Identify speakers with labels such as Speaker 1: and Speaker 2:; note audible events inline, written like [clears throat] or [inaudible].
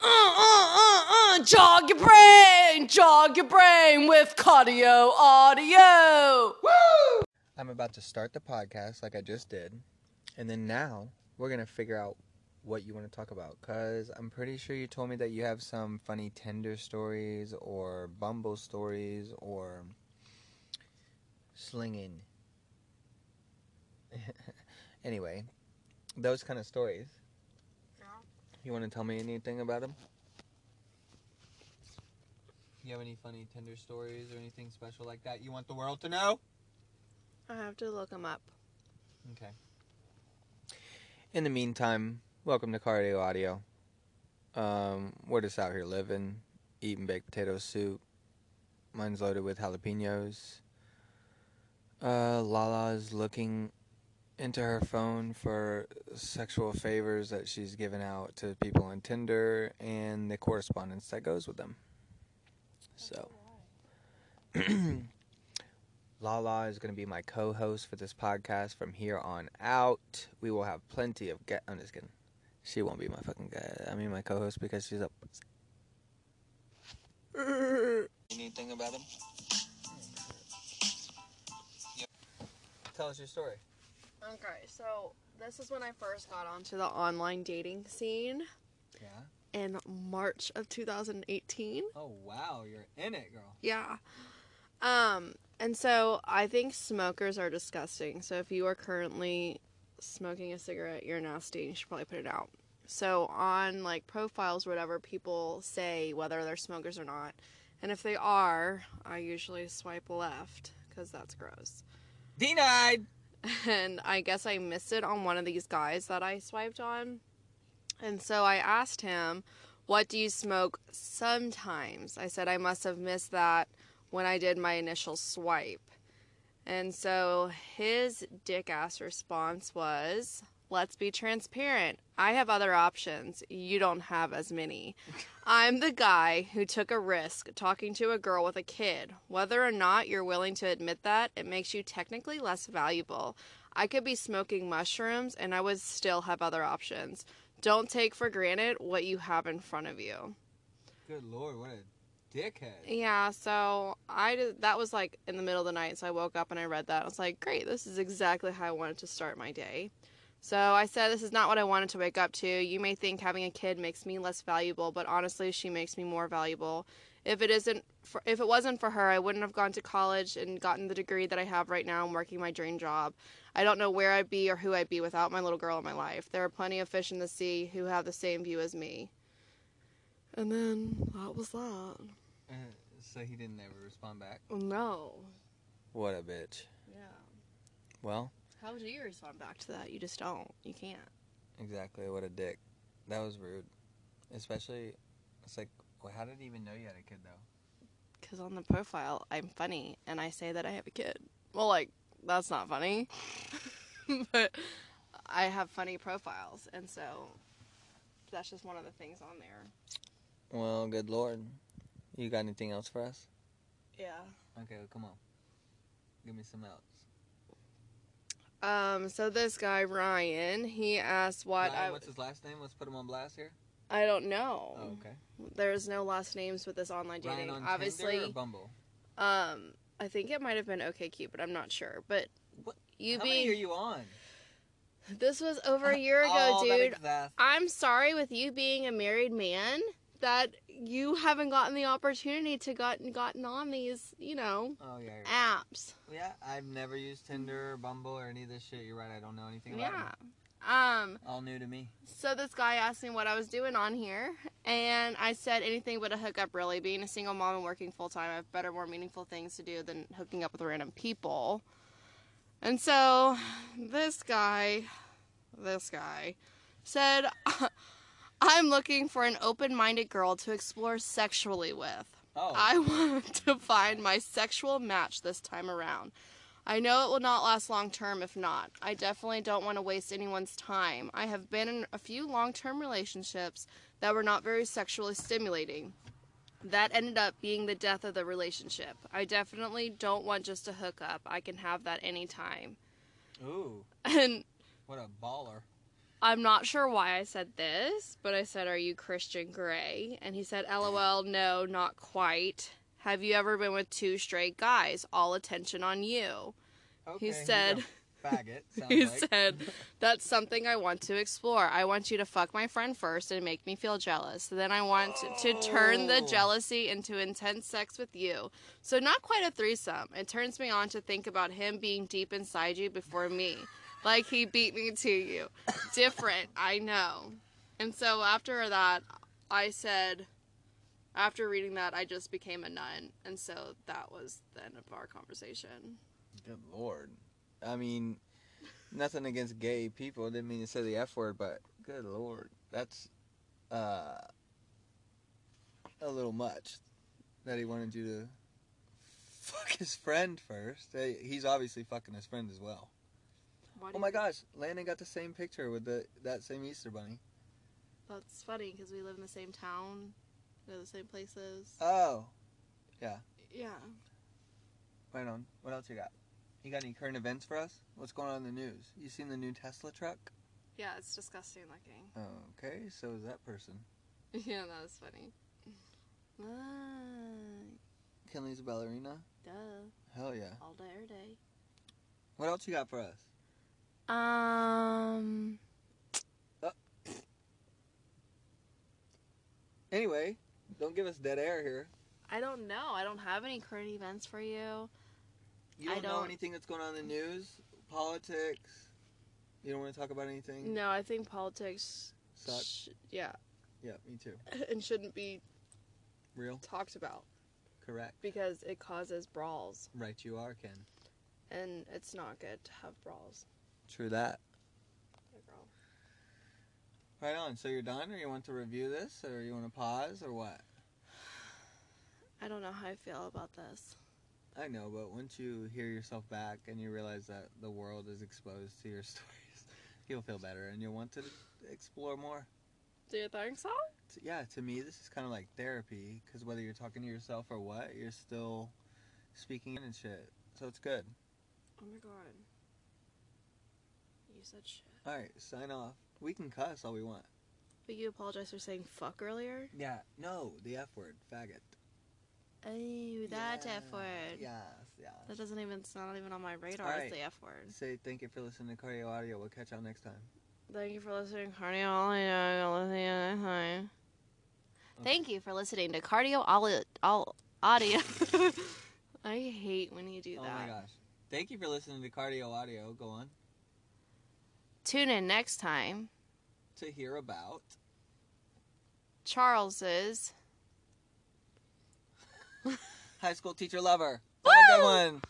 Speaker 1: Uh, Jog your brain, jog your brain with cardio audio.
Speaker 2: I'm about to start the podcast like I just did. And then now we're going to figure out what you want to talk about. Because I'm pretty sure you told me that you have some funny Tinder stories or Bumble stories or slinging. [laughs] anyway, those kind of stories. You want to tell me anything about them? You have any funny Tinder stories or anything special like that you want the world to know?
Speaker 3: I have to look them up.
Speaker 2: Okay. In the meantime, welcome to Cardio Audio. Um, we're just out here living, eating baked potato soup. Mine's loaded with jalapenos. Uh, Lala's looking into her phone for sexual favors that she's given out to people on Tinder and the correspondence that goes with them. So, [clears throat] Lala is going to be my co-host for this podcast from here on out. We will have plenty of get. I'm just kidding. She won't be my fucking guy. I mean, my co-host because she's up. [laughs] Anything about him? Tell us your story.
Speaker 3: Okay, so this is when I first got onto the online dating scene
Speaker 2: Yeah.
Speaker 3: in March of 2018.
Speaker 2: Oh wow, you're in it, girl.
Speaker 3: Yeah. Um, and so I think smokers are disgusting. So if you are currently smoking a cigarette, you're nasty and you should probably put it out. So on like profiles or whatever, people say whether they're smokers or not. And if they are, I usually swipe left because that's gross.
Speaker 2: Denied.
Speaker 3: [laughs] and I guess I missed it on one of these guys that I swiped on. And so I asked him, What do you smoke sometimes? I said, I must have missed that when I did my initial swipe. And so his dick ass response was, Let's be transparent. I have other options. You don't have as many. I'm the guy who took a risk talking to a girl with a kid. Whether or not you're willing to admit that, it makes you technically less valuable. I could be smoking mushrooms and I would still have other options. Don't take for granted what you have in front of you.
Speaker 2: Good lord, what a dickhead.
Speaker 3: Yeah, so I did, that was like in the middle of the night, so I woke up and I read that. I was like, great, this is exactly how I wanted to start my day. So I said, this is not what I wanted to wake up to. You may think having a kid makes me less valuable, but honestly, she makes me more valuable. If it isn't, for, if it wasn't for her, I wouldn't have gone to college and gotten the degree that I have right now and working my dream job. I don't know where I'd be or who I'd be without my little girl in my life. There are plenty of fish in the sea who have the same view as me. And then that was that.
Speaker 2: Uh, so he didn't ever respond back.
Speaker 3: No.
Speaker 2: What a bitch.
Speaker 3: Yeah.
Speaker 2: Well,
Speaker 3: How do you respond back to that? You just don't. You can't.
Speaker 2: Exactly, what a dick. That was rude. Especially, it's like, well, how did he even know you had a kid though?
Speaker 3: Because on the profile, I'm funny and I say that I have a kid. Well, like, that's not funny. [laughs] but I have funny profiles. And so that's just one of the things on there.
Speaker 2: Well, good lord. You got anything else for us?
Speaker 3: Yeah.
Speaker 2: Okay, well, come on. Give me some else.
Speaker 3: Um, so this guy, Ryan, he asked what
Speaker 2: Ryan,
Speaker 3: I. Um,
Speaker 2: what's his last name? Let's put him on blast here.
Speaker 3: I don't know.
Speaker 2: Oh, okay.
Speaker 3: There's no last names with this online
Speaker 2: Ryan
Speaker 3: dating.
Speaker 2: on
Speaker 3: Obviously.
Speaker 2: Tinder or Bumble?
Speaker 3: Um, I think it might have been OKCupid. I'm not sure, but
Speaker 2: What-
Speaker 3: you
Speaker 2: how many are
Speaker 3: being
Speaker 2: you on?
Speaker 3: this was over a year ago,
Speaker 2: oh, that
Speaker 3: dude.
Speaker 2: exas-
Speaker 3: I'm sorry with you being a married man that you haven't gotten the opportunity to gotten gotten on these, you know,
Speaker 2: Oh yeah, you're right.
Speaker 3: apps.
Speaker 2: yeah. I've never used Tinder or Bumble or any of this shit. You're right. I don't know anything about
Speaker 3: Yeah.
Speaker 2: it.
Speaker 3: Um,
Speaker 2: All new to me.
Speaker 3: so this guy asked me what I was doing on here, and I said anything but a hookup, really. Being a single mom and working full time, I have better, more meaningful things to do than hooking up with random people. And so this guy, this guy, said, [laughs] I'm looking for an open minded girl to explore sexually with.
Speaker 2: Oh,
Speaker 3: I [laughs] want to find my sexual match this time around. I know it will not last long term if not. I definitely don't want to waste anyone's time. I have been in a few long term relationships that were not very sexually stimulating. That ended up being the death of the relationship. I definitely don't want just a hookup. I can have that anytime.
Speaker 2: ooh,
Speaker 3: [laughs] And
Speaker 2: what a baller.
Speaker 3: I'm not sure why I said this, but I said, Are you Christian Gray? And he said, LOL, no, not quite. Have you ever been with two straight guys? All attention on you.
Speaker 2: Okay,
Speaker 3: he
Speaker 2: he's a
Speaker 3: said, [laughs]
Speaker 2: faggot. sounds
Speaker 3: He
Speaker 2: like.
Speaker 3: said, That's something I want to explore. I want you to fuck my friend first and make me feel jealous. Then I want to turn the
Speaker 2: Oh.
Speaker 3: jealousy into intense sex with you. So, not quite a threesome. It turns me on to think about him being deep inside you before me. Like he beat me to you. Different, I know. And so, after that, I said, after reading that, I just became a nun. And so, that was the end of our conversation.
Speaker 2: Good lord. I mean, nothing against gay people. Didn't mean to say the F word, but good lord, that's uh, a little much that he wanted you to fuck his friend first. Hey, He's obviously fucking his friend as well.
Speaker 3: Why do
Speaker 2: Oh
Speaker 3: you
Speaker 2: my
Speaker 3: think-
Speaker 2: gosh, Landon got the same picture with the that same Easter bunny.
Speaker 3: That's funny because we live in the same town, go to the same places.
Speaker 2: Oh,
Speaker 3: yeah.
Speaker 2: right on. What else you got? You got any current events for us? What's going on in the news? You seen the new Tesla truck?
Speaker 3: Yeah, it's disgusting looking. [laughs]
Speaker 2: Okay, so is that person.
Speaker 3: yeah, that was funny. Ah,
Speaker 2: Kenley's a ballerina?
Speaker 3: duh.
Speaker 2: Hell yeah.
Speaker 3: All day, every day.
Speaker 2: What else you got for us?
Speaker 3: Um.
Speaker 2: Anyway, don't give us dead air here.
Speaker 3: I don't know. I don't have any current events for you.
Speaker 2: You
Speaker 3: I
Speaker 2: don't, know
Speaker 3: don't.
Speaker 2: anything that's going on in the news, politics. You don't want to talk about anything.
Speaker 3: No, I think politics.
Speaker 2: Sucks.
Speaker 3: Sh- yeah, [laughs]
Speaker 2: Yeah, me too.
Speaker 3: and shouldn't be
Speaker 2: Real,
Speaker 3: talked about
Speaker 2: correct.
Speaker 3: because it causes brawls,
Speaker 2: Right, you are Ken.
Speaker 3: and it's not good to have brawls.
Speaker 2: True that.
Speaker 3: Good girl.
Speaker 2: Right on. So you're done, or you want to review this, or you want to pause, or what?
Speaker 3: I don't know how I feel about this.
Speaker 2: I know, but once you hear yourself back and you realize that the world is exposed to your [laughs] stories, you'll feel better and you'll want to explore more.
Speaker 3: Do you think so?
Speaker 2: t- yeah, to me, this is kind of like therapy because whether you're talking to yourself or what, you're still speaking and shit. So it's good.
Speaker 3: Oh my god. You said shit.
Speaker 2: All right, sign off. We can cuss all we want.
Speaker 3: But you apologized for saying fuck earlier?
Speaker 2: Yeah. No, the F word, faggot.
Speaker 3: Oh, that F word.
Speaker 2: Yes,
Speaker 3: That
Speaker 2: yes.
Speaker 3: doesn't even, it's not even on my radar.
Speaker 2: Alright.
Speaker 3: It's the F word.
Speaker 2: Say thank you for listening to Cardio Audio. We'll catch y'all next time.
Speaker 3: Thank you for listening to Cardiology. Thank you for listening to Cardio Oli- Ol- Audio. [laughs] I hate when you do
Speaker 2: Oh
Speaker 3: that.
Speaker 2: my gosh. Thank you for listening to Cardio Audio. Go on
Speaker 3: Tune in next time.
Speaker 2: to hear about.
Speaker 3: Charles's.
Speaker 2: High school teacher lover. Have a good
Speaker 3: Woo!
Speaker 2: one.